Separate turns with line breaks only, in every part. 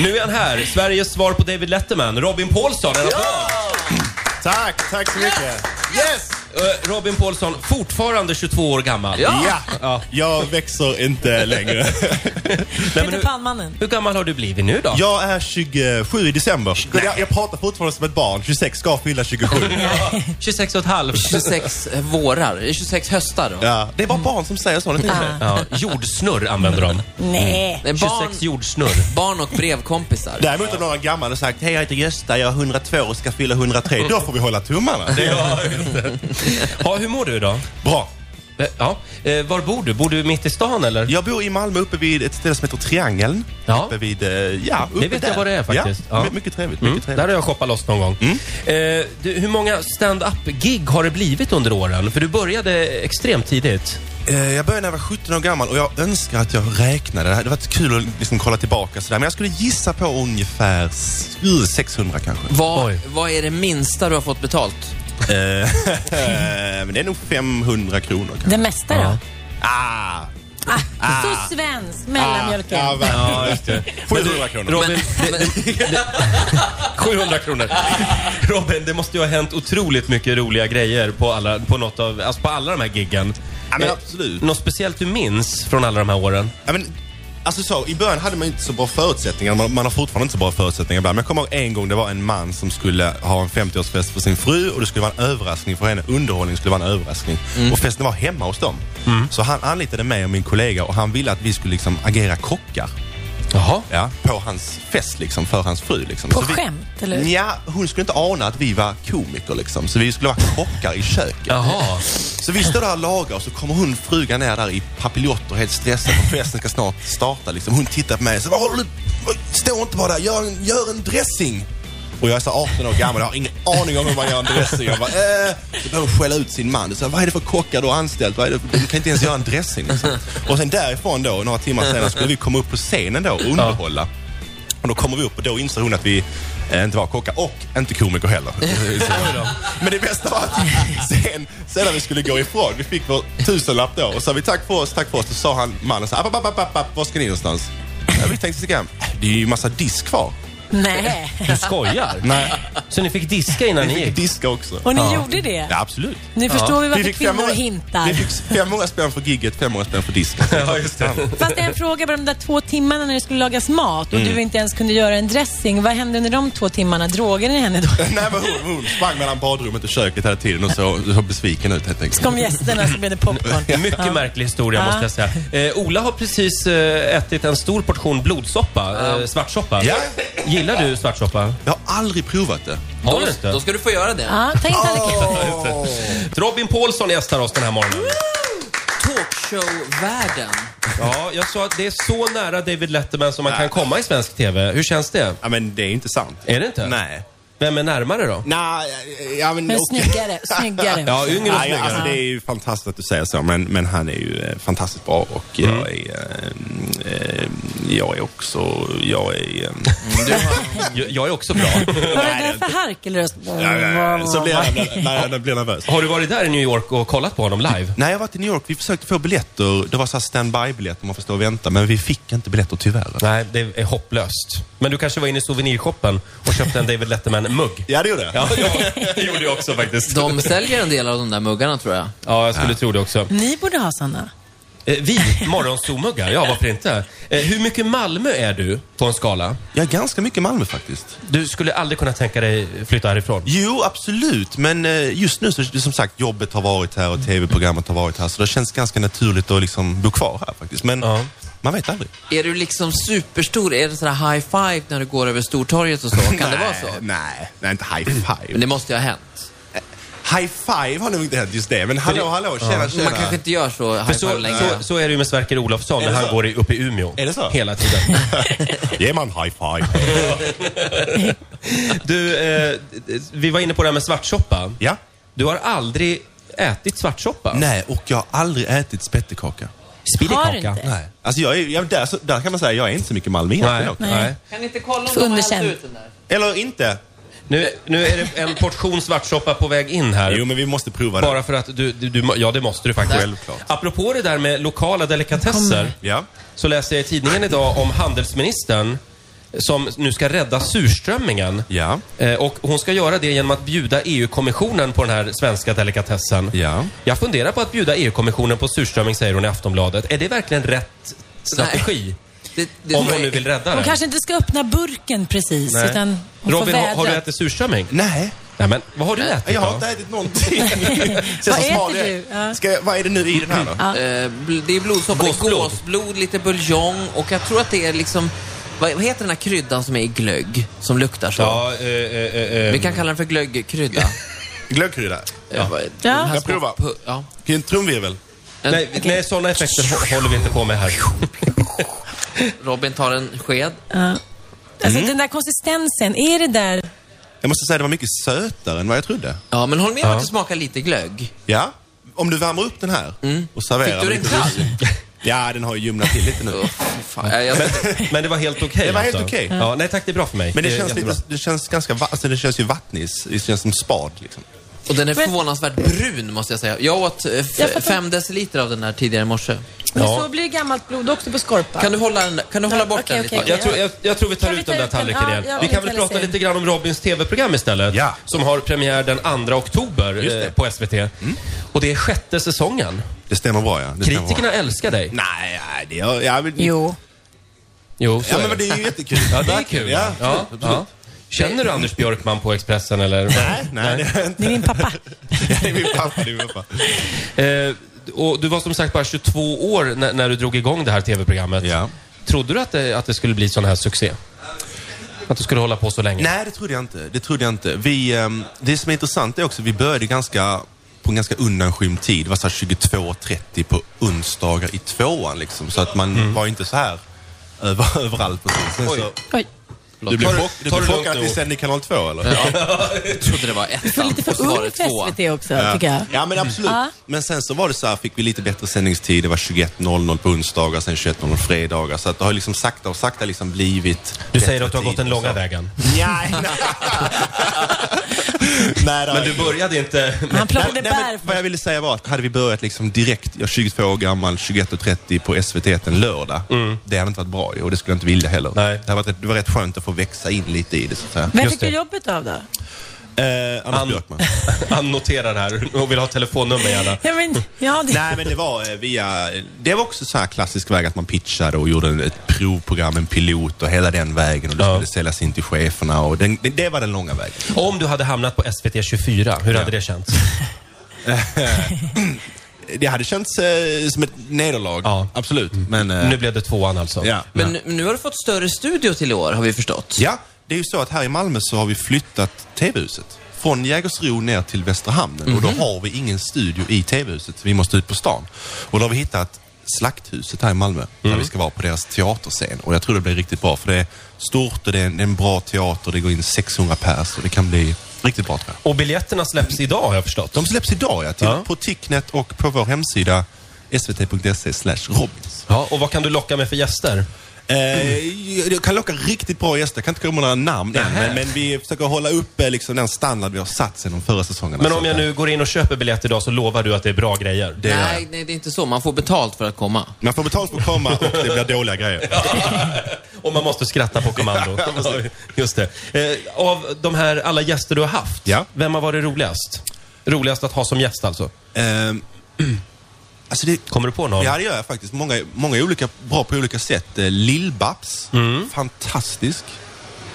Nu är han här, Sveriges svar på David Letterman, Robin Paulsson. En applåd!
Tack, tack så mycket. Yes!
Eh, Robin Paulsson, fortfarande 22 år gammal.
Ja!
Ja.
Jag växer inte längre.
Nej, men
Peter
hur,
Panmannen.
hur gammal har du blivit nu då?
Jag är 27 i december. Jag, jag pratar fortfarande som ett barn. 26 ska fylla 27.
26 och ett halvt.
26 vårar, 26 höstar. Då.
Ja. Det är bara barn som säger så nu
Ja, jordsnurr använder de.
Nej.
Nej, barn,
26 jordsnurr.
barn och brevkompisar.
Däremot om någon gammal och sagt Hej jag heter Gösta, jag är 102 och ska fylla 103. Då får vi hålla tummarna. Det är
Ja, hur mår du idag?
bra.
Eh, Ja. Eh, Var bor du? Bor du mitt i stan eller?
Jag bor i Malmö uppe vid ett ställe som heter Triangeln.
Ja.
Uppe vid, eh, ja, uppe
Det vet jag
där.
vad det är faktiskt.
Ja.
Ja.
My- Mycket trevligt,
Mm,
mycket
där
trevligt.
har jag shoppat loss någon gång.
Mm.
Eh, du, hur många stand-up-gig har det blivit under åren? För du började extremt tidigt.
Eh, Jag började när jag var 17 år gammal och jag önskar att jag räknade. Det hade varit kul att liksom kolla tillbaka sådär. Men jag skulle gissa på ungefär s- 600 kanske.
Oj.
Vad, vad är det minsta du har fått betalt?
Eh, Men det är nog 500 kronor kanske.
Det mesta då?
Ah,
Ah. Så svensk, mellanmjölken.
ja, verkligen.
Ja, just det.
700 kronor.
Robin, det, det, det, 700 kronor. Robin, det måste ju ha hänt otroligt mycket roliga grejer på alla, på något av, alltså på alla de här giggen.
Ja, men
Eh,
absolut.
Något speciellt du minns från alla de här åren?
Ja, men, alltså så, I början hade man ju inte så bra förutsättningar. Man, man har fortfarande inte så bra förutsättningar ibland. Men jag kommer ihåg en gång det var en man som skulle ha en 50-årsfest för sin fru och det skulle vara en överraskning för henne. Underhållning skulle vara en överraskning. Och festen var hemma hos dem. Så han anlitade mig och min kollega och han ville att vi skulle liksom agera kockar.
Jaha.
Ja, på hans fest liksom, för hans fru. Liksom.
På
Så vi-
skämt, eller? hur?
Ja, hon skulle inte ana att vi var komiker liksom. Så vi skulle vara kockar i köket.
Jaha.
Så vi står där och lagar och så kommer hon frugan ner där i papiljotter helt stressad för festen ska snart starta. Liksom. Hon tittar på mig och säger Vad håller du? Stå inte bara där, gör en, gör en dressing! Och jag är så 18 år gammal och har ingen aning om hur man gör en dressing. Jag bara, eh. Så börjar hon skälla ut sin man. Så, här, vad är det för kockar du har anställt? Vad är det för? Du kan inte ens göra en dressing. Liksom. Och sen därifrån då, några timmar senare, skulle vi komma upp på scenen då och underhålla. Och då kommer vi upp och då inser hon att vi eh, inte var kockar och inte komiker heller. Men det bästa var att sen, sen när vi skulle gå ifrån, vi fick vår tusenlapp då och sa vi tack för oss, tack för oss. Då sa han, mannen så här, app, app, app, app, app, var ska ni någonstans? Ja, vi tänkte sticka hem. Det är ju massa disk kvar.
Nej.
Du skojar? Nej. Så ni fick diska innan
Vi
ni
fick
gick?
diska också.
Och ni gjorde det?
Ja, absolut.
Nu förstår vi varför kvinnor
vi
hintar.
fick 500 spänn för gigget, 500 spänn för disken.
Ja, just det.
Fast en fråga bara de där två timmarna när det skulle lagas mat och du inte ens kunde göra en dressing. Vad hände under de två timmarna? Drogade ni henne då?
Nej, men hon, hon sprang mellan badrummet och köket hela tiden och såg så besviken ut helt enkelt.
Kom gästerna så blev det popcorn.
Mycket märklig historia måste jag säga. Eh, Ola har precis eh, ätit en stor portion blodsoppa, eh, svartsoppa.
Ja.
Gillar du svartsoppa?
Jag har aldrig provat det.
Har
Då,
du inte?
då ska du få göra det.
Ja, ta in tallriken.
Robin Paulsson gästar oss den här morgonen.
Talkshow-världen.
Ja, jag sa att det är så nära David Letterman som man kan komma i svensk TV. Hur känns det?
Ja, men det är inte sant.
Är det inte?
Nej.
Vem är närmare då?
Nej, ja, men...
Men
okej.
snyggare, snyggare.
Ja, yngre och
Nej,
snyggare.
alltså, det är ju fantastiskt att du säger så, men, men han är ju eh, fantastiskt bra och jag är... Eh, eh, jag är också... Jag är... Eh,
Jag- Jag är också bra.
Var det där för harkelröst?
så blir jag, när, jag- när jag blir nervös.
Har du varit där i New York och kollat på honom live?
Nej, jag var till New York. Vi försökte få biljetter. Det var så här standby-biljetter, man får stå och vänta. Men vi fick inte biljetter tyvärr.
Nej, det är hopplöst. Men du kanske var inne i souvenirshoppen och köpte en David Letterman-mugg?
Ja, det gjorde jag.
Ja, ja, det gjorde jag också faktiskt.
De säljer en del av de där muggarna, tror jag.
Ja, jag skulle tro det också.
Ni borde ha såna.
Eh, Vi, morgonsolmuggar, ja varför inte? Eh, Hur mycket Malmö är du på en skala?
Jag är ganska mycket i Malmö faktiskt.
Du skulle aldrig kunna tänka dig flytta härifrån?
Jo, absolut. Men eh, just nu, så, som sagt, jobbet har varit här och tv-programmet har varit här. Så det känns ganska naturligt att liksom bo kvar här faktiskt. Men
Ja.
man vet aldrig.
Är du liksom superstor? Är det sådär high five när du går över Stortorget och så? Kan det vara så?
Nej, nej, inte high five.
Men det måste ju ha hänt.
High five har nog inte hänt just det. Men hallå, hallå, tjena, tjena.
Man kanske inte gör så high
För
five
så,
längre.
så, så är det ju med Sverker Olofsson när
det
han
så?
går i, upp i Umeå.
Är det så?
Hela tiden.
Ge mig en high five.
Du, eh, vi var inne på det här med svartsoppa.
ja.
Du har aldrig ätit svartsoppa?
Nej, och jag har aldrig ätit spettekaka.
Har du
Spiddekaka?
inte?
Nej. Alltså jag är, jag, där, så, där kan man säga, jag är inte så mycket Malmö egentligen.
Nej.
dock.
Nej.
Kan ni inte kolla
de har Underkänd. hällt ut
den där?
Eller inte.
Nu, nu är det en portion svartsoppa på väg in här.
Jo, men vi måste prova det.
Bara för att du, du, du... Ja, det måste du faktiskt.
Självklart.
Apropå det där med lokala delikatesser
Ja.
så läser jag i tidningen idag om handelsministern som nu ska rädda surströmmingen.
Ja.
Eh, Och hon ska göra det genom att bjuda EU-kommissionen på den här svenska delikatessen.
Ja.
Jag funderar på att bjuda EU-kommissionen på surströmming, säger hon i Aftonbladet. Är det verkligen rätt strategi?
Det, det
Om
tror
hon
jag-
nu vill rädda
Hon
den.
kanske inte ska öppna burken precis,
Nej.
utan hon får
Robin, har, har du
vädra.
ätit surströmming?
Nej.
Nej, men vad har du ätit
Jag har
då?
inte ätit någonting. Ser
Vad
så smal
äter
jag
du?
är.
Ja.
Ska jag, vad är det nu i den här då?
Eh, bl- det är blodsoppa, det är
Gåsblod.
gåsblod, lite buljong och jag tror att det är liksom, vad vad heter den här kryddan som är i glögg, som luktar så?
Ja, eh, eh, eh, eh.
Vi kan kalla den för glöggkrydda. Eh,
Glöggkrydda?
ja.
Ja.
Jag provar.
Ja.
En trumvirvel?
En,
Nej, nej, sådana effekter hå- håller vi inte på med här.
Robin tar en sked.
Alltså den där konsistensen, är det där...
Jag måste säga att det var mycket sötare än vad jag trodde.
Ja, men håll med om att det smakar lite glögg.
Ja. Mm. Om du värmer upp den här och serverar
Fick du
med
den
lite
kall?
russin. Ja, den har ju ljumnat till lite nu.
Åh, fy fan. Ja, jag-
Men det var helt okej
Det var helt
alltså.
okej.
Ja, nej tack, det är bra för mig.
Men det
är
känns,
jättebra.
lite, det känns ganska va- alltså det känns ju vattnis. Det känns som spad liksom.
Och den är
Men-
förvånansvärt brun måste jag säga. Jag åt eh,
Jag
f-
fattar.
fem deciliter av den här tidigare i morse.
Men
Ja.
så blir gammalt blod också på skorpan.
Kan du hålla, den, kan du hålla bort
okej,
den
okej,
lite?
Jag tror, jag, jag tror vi tar
Kan vi
ut
ta
den där
ut den?
tallriken
Ja,
igen.
jag
vi
vill
kan väl
inte
prata
heller se.
lite grann om Robins TV-program istället.
Ja.
Som har premiär den 2 oktober eh, på SVT.
Mm.
Och det är sjätte säsongen.
Det stämmer bra ja. Det stämmer
Kritikerna
bra.
älskar dig.
Nej, nej, det är... Ja, men,
Jo.
Jo, så
ja,
är
men
det.
det är ju jättekul.
Ja, det är kul.
Ja,
Ja, ja. Känner du Anders Björkman på Expressen eller?
Nej, nej, det är inte.
Det är min pappa.
Det är min pappa. Det är min pappa.
Eh, och du var som sagt bara 22 år när, när du drog igång det här TV-programmet.
Ja.
Trodde du att det, att det skulle bli sån här succé? Att du skulle hålla på så länge?
Nej, det trodde jag inte. Det trodde jag inte. Vi, ehm, det som är intressant är också, vi började ganska på en ganska undanskymd tid. Det var så här 22.30 på onsdagar i tvåan liksom. Så att man var inte så här över, överallt precis. Sen
Mm. Oj.
så,
Oj.
du blev
Tar du-
chock- du
tar
blev
du lugnt
chockad att vi
nu?
sände i kanal 2 eller?
Jag trodde det var ettan.
Du är lite
och så
för
var det
ung för
tvåan.
SVT också, tycker jag.
Ja men absolut.
Ja.
Men sen så var det så här, fick vi lite bättre sändningstid. Det var 21.00 på onsdagar, sen 21.00 fredagar. Så att det har liksom sakta och sakta liksom blivit
Du säger
bättre
att du har gått
tid
den
och
långa
så.
vägen.
Nej, nej. nej, det har
Men
jag
du
inte.
började inte...
Han plockade
Nej,
bär
men vad jag ville säga var att hade vi börjat liksom direkt, jag är 22 år gammal, 21.30 på SVT en lördag. Det hade inte varit bra ju, och det skulle jag inte vilja heller.
Nej.
Det, hade varit, rätt- det var rätt skönt att få växa in lite i det så att säga.
Vem
Just
fick du
det.
jobbet av då?
Eh, Anders
An-
Björkman.
Han noterar det här och vill ha telefonnummer gärna.
Ja, men, ja, det,
Nej men det var eh, via, det var också så här klassisk väg att man pitchade och gjorde en- ett provprogram, en pilot och hela den vägen och det
Ja.
skulle säljas in till cheferna och den, det, det var den långa vägen.
Om du hade hamnat på SVT 24, hur hade det känts?
Det hade känts eh, som ett nederlag,
Ja.
absolut. Men, eh,
Nu blev det tvåan alltså.
ja.
Men nu- nu har du fått större studio till i år, har vi förstått.
Ja, det är ju så att här i Malmö så har vi flyttat TV-huset. Från Jägersro ner till Västra hamnen och då har vi ingen studio i TV-huset. Vi måste ut på stan. Och då har vi hittat Slakthuset här i Malmö, där vi ska vara på deras teaterscen. Och jag tror det blir riktigt bra för det är stort och det är en, det är en bra teater. Det går in 600 pers och det kan bli riktigt bra tror jag.
Och biljetterna släpps idag har jag förstått.
De släpps idag ja, till,
Ja.
på Ticknet och på vår hemsida svt.se slash robins.
Ja, och vad kan du locka med för gäster?
Eh, jag kan locka riktigt bra gäster. Jag kan inte komma några namn än, men, men vi försöker hålla uppe liksom den standard vi har satt sedan de förra säsongerna.
Men
Så
om jag
att, eh,
nu går in och köper biljett idag så lovar du att det är bra grejer?
det är-
nej, nej, det är inte så. Man får betalt för att komma.
Man får betalt för att komma och det blir dåliga grejer.
Och man måste skratta på kommando. Just det. Eh, av de här alla gäster du har haft,
Ja.
vem har varit roligast? Roligast att ha som gäst alltså?
Ehm, alltså det,
Kommer du på någon?
Ja, det gör jag faktiskt. Många, många olika, bra på olika sätt. Eh, Lill-Babs,
Mm.
fantastisk.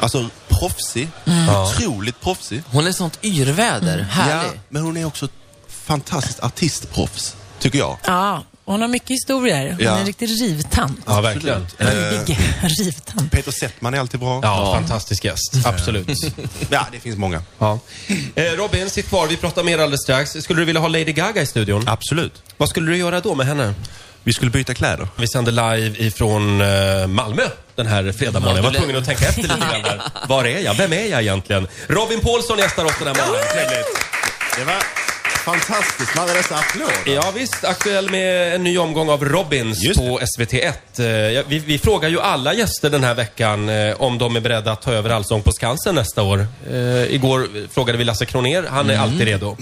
Alltså proffsig.
Mm.
Otroligt proffsig.
Hon är sånt yrväder. Härlig.
Ja, men hon är också ett fantastiskt artistproffs, tycker jag.
ja, hon har mycket historier. Hon
Ja.
är en riktig rivtant.
Ja, verkligen.
Absolut.
Rivig rivtant.
Peter Settman är alltid bra.
Ja, fantastisk gäst. Absolut.
ja det finns många.
Ja. Eh, Robin, sitt kvar. Vi pratar mer alldeles strax. Skulle du vilja ha Lady Gaga i studion?
Absolut.
Vad skulle du göra då med henne?
Vi skulle byta kläder.
Vi sänder live ifrån eh, Malmö den här fredagsmorgonen. Jag var tvungen att tänka efter lite grann där. Var är jag? Vem är jag egentligen? Robin Paulsson gästar oss den här morgonen. Trevligt.
Det var fantastiskt med alla dessa applåder.
Ja visst, aktuell med en ny omgång av Robins
Just det.
på SVT1. Eh, ja, Vi, vi frågar ju alla gäster den här veckan eh, om de är beredda att ta över Allsång på
Mm.
Skansen nästa år. Eh, igår frågade vi Lasse Kroner, han är alltid redo.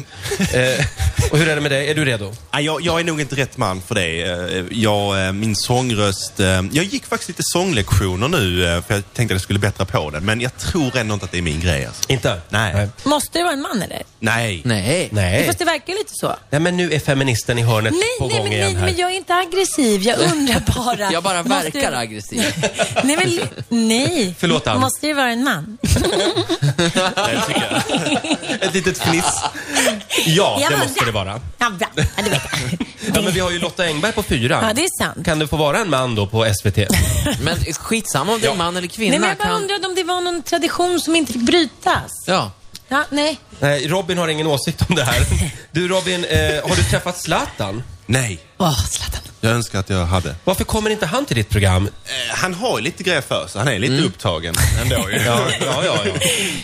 Eh, Och hur är det med dig? Är du redo?
Nej, jag, jag är nog inte rätt man för det. Eh, Jag, eh, min sångröst... eh, Jag gick faktiskt lite sånglektioner nu eh, för jag tänkte att jag skulle bättra på den. Men jag tror ändå inte att det är min grej. Alltså.
Inte?
Nej.
Nej.
Måste du vara en man eller?
Nej.
Nej.
Nej.
Fast det verkar lite så.
Nej, men nu är feministen i hörnet
Nej,
på
nej,
gång
men,
igen
nej
här.
men jag är inte aggressiv. Jag undrar bara.
Jag bara
Måste
verkar
du-
aggressiv.
nej, men li- nej.
Förlåt, Ann.
Måste ju vara en man.
Nej, tycker jag.
Ett litet fniss. Ja,
Jag
det
bara,
måste det vara.
Ja, bra. Ja, det vet jag.
Ja, men vi har ju Lotta Engberg på fyran.
Ja, det är sant.
Kan du få vara en man då på SVT?
Men skitsamma om det är
Ja.
man eller kvinna.
Nej, men jag bara
kan...
undrade om det var någon tradition som inte fick brytas.
Ja.
Ja, nej.
Nej, Robin har ingen åsikt om det här. Du Robin, eh, har du träffat Zlatan?
Nej.
Åh, Zlatan.
Jag önskar att jag hade.
Varför kommer inte han till ditt program?
Eh, Han har ju lite grejer för sig. Han är lite upptagen ändå ju.
Ja, ja, ja. ja.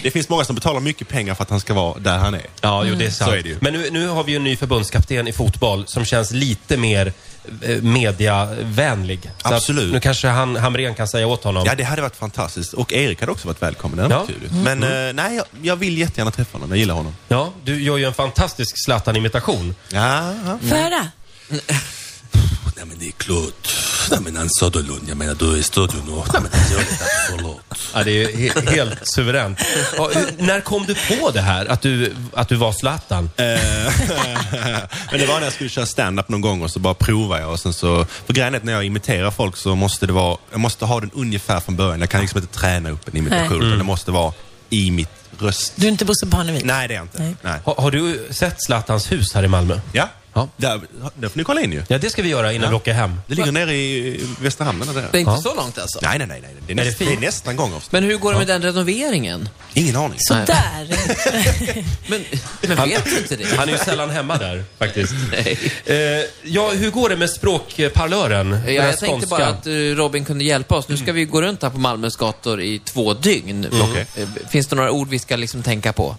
Det finns många som betalar mycket pengar för att han ska vara där han är.
Ja, jo, det Mm. är sant.
Så är det ju.
Men nu, nu har vi ju en ny förbundskapten i fotboll som känns lite mer eh, mediavänlig. Så att
Absolut.
Nu kanske han, Hamrén kan säga åt honom.
Ja, det hade varit fantastiskt. Och Erik hade också varit välkommen.
Ja.
Ja. Men eh, nej, jag, jag vill jättegärna träffa honom. Jag gillar honom.
Ja, du gör ju en fantastisk Zlatan-imitation.
Ja, ja.
Får jag höra?
Nej men det är klart. Nej men han sa det lugnt. Jag menar du är i studion nu. Nej men han gör det absolut.
Ja, det är he- helt suveränt. Ja, hur- när kom du på det här, att du, att du var Zlatan?
Men det var när jag skulle köra stand-up någon gång och så bara provade jag och sen så... För grejen är att när jag imiterar folk så måste det vara... Jag måste ha den ungefär från början. Jag kan liksom inte träna upp en
Nej.
imitation utan det måste vara i mitt röst.
Du är inte Bosse Parnevik?
Nej, det är jag inte.
Nej.
Nej.
Har, har du sett Zlatans hus här i Malmö?
Ja,
Ja.
Där, där får ni kolla in ju.
Ja, det ska vi göra innan vi åker hem.
Det ligger nere i eh, Västra hamnen. Där.
Det är
Nej,
inte
Ja.
så långt alltså.
nej, nej. nej. Det, är
det
näst, det,
fint?
är nästan gångavstånd.
Men hur går det med den renoveringen?
Ingen aning.
Nej.
Sådär.
Men, men vet du inte det?
Han är ju sällan hemma där, faktiskt.
Nej.
Eh, ja, hur går det med språkparlören? Den
Ja,
här
jag tänkte
skånska?
bara att eh, Robin kunde hjälpa oss. Nu ska vi gå runt här på Malmös gator i två dygn.
Okej.
Eh, Finns det några ord vi ska liksom tänka på?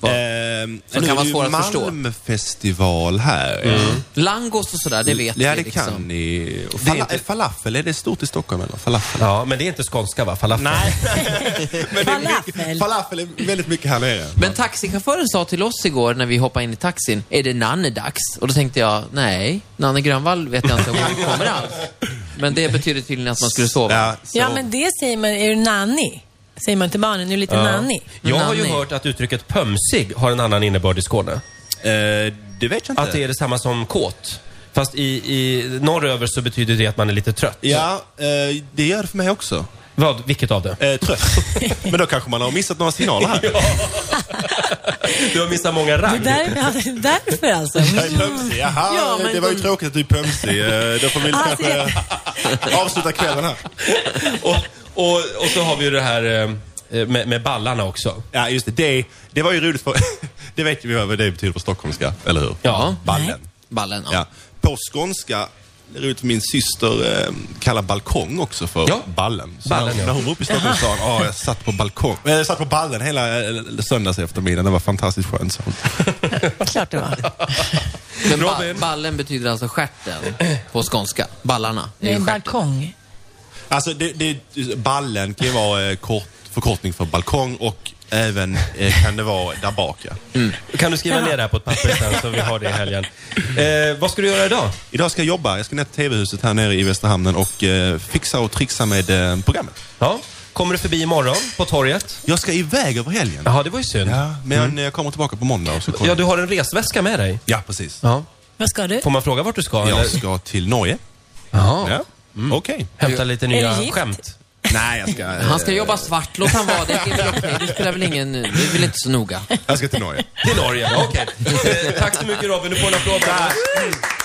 Vad-
Ehm,
Som
nu
kan
är
vara
det ju
svåra att förstå.
Malmfestival här. Mm.
Langos och sådär, det vet vi.
Ja, det
liksom.
kan ni. Och
Det är
fala-
inte-
eh, Falafel, är det stort i Stockholm eller? Falafel?
Ja, men det är inte skånska, va? Falafel? Nej.
Men det är mycket-
Falafel.
falafel är väldigt mycket här nere.
Men taxichauffören sa till oss igår när vi hoppade in i taxin, är det nannedags? Och då tänkte jag, nej, Nanne Grönvall vet jag inte om hon kommer alls. Men det betyder tydligen att man skulle sova.
Ja, så,
Ja, men det säger man. Är du nanny? Säger man till barnen. Nu är lite nanny.
Jag har ju
Nanny.
hört att uttrycket pömsig har en annan innebörd i Skåne.
eh, det vet jag inte.
Att det är detsamma som kåt. Fast i, i norröver så betyder det att man är lite trött.
Ja, eh, det gör det för mig också.
Vad, vilket av det?
Eh, trött. men då kanske man har missat några signaler här.
Du har missat många
Det
rang.
där, ja, det är därför alltså.
Jag är pömsig. Jaha,
Ja, men
det var ju
de-
tråkigt att du är pömsig. Eh, Då får vi
Ah,
kanske avsluta kvällen här.
Och, och, och så har vi ju det här eh, med, med ballarna också.
Ja, just det. Det, det var ju roligt för... det vet vi vad det betyder på stockholmska, eller hur?
Ja.
Ballen.
Ballen, ja.
Ja. På skånska, det är roligt för min syster eh, kallar balkong också för
Ja.
ballen. Så
Ballen,
när,
ja.
när hon var uppe i Stockholm sa hon, "Ah, jag satt på balkong. Eh, jag satt på ballen hela eh, söndags eftermiddagen. Det var fantastiskt skönt, sa hon.
Klart det var.
Men ba-
Robin.
ballen betyder alltså stjärten på skånska. Ballarna är
Det är
ju
en
stjärten.
balkong.
Alltså, det, det, ballen kan ju vara eh, kort, förkortning för balkong och även eh, kan det vara där bak, ja.
Kan du skriva ner det här på ett papper sen så vi har det i helgen? Eh, vad ska du göra idag?
Idag ska jag jobba. Jag ska ner till TV-huset här nere i Västra Hamnen och eh, fixa och trixa med eh, programmet.
Ja, kommer du förbi imorgon på torget?
Jag ska iväg över helgen.
Jaha, det var ju synd.
Ja, men jag- jag kommer tillbaka på måndag och så kollar
Mm. Ja, du har en resväska med dig.
ja precis.
Ja.
Vad ska du?
Får man fråga vart du ska?
Jag
eller?
ska till Norge.
Jaha.
Ja. Okej.
Hämta lite
Är du
nya
gift?
skämt.
Nej, jag ska...
Han ska jobba svart, låt han vara. Det är väl okej, det spelar väl ingen... Det är väl inte så noga.
Jag ska till Norge.
Till Norge, okej. Eh, tack så mycket Robin, du får en applåd. av oss.